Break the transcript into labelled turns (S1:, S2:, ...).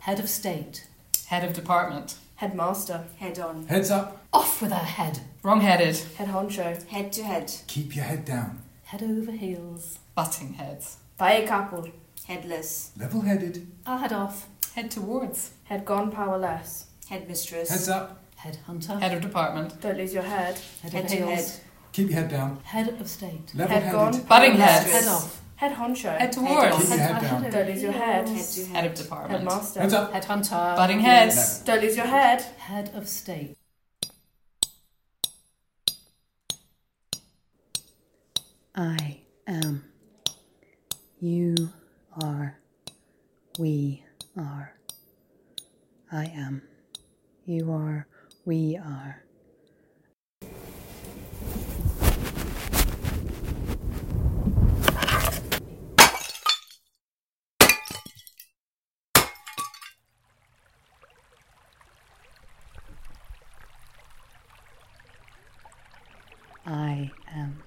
S1: Head of state.
S2: Head of department.
S3: Headmaster.
S4: Head on.
S5: Heads up.
S1: Off with her head.
S2: Wrong headed.
S3: Head honcho.
S4: Head to head.
S5: Keep your head down.
S1: Head over heels.
S2: Butting heads.
S3: Pae couple.
S4: Headless.
S5: Level headed.
S1: I'll head off.
S2: Head towards.
S3: Head gone powerless.
S4: Headmistress.
S5: Heads up.
S1: Head hunter.
S2: Head of department.
S3: Don't lose your head.
S4: Head to head.
S5: Keep your head down.
S1: Head of state.
S5: Level
S3: Head gone.
S5: headed.
S2: Butting
S3: powerless.
S2: heads.
S1: Head off.
S3: Head honcho.
S2: Head
S5: Keep
S2: towards.
S5: your head
S1: I'll
S5: down.
S1: over
S3: Don't lose your head.
S4: Head
S1: heels.
S4: to head.
S2: Head of department.
S3: Headmaster.
S5: Heads up.
S1: Head hunter.
S2: Butting heads.
S3: Don't lose your head.
S1: Head of state.
S6: I am. You are. We are. I am. You are. We are. I am.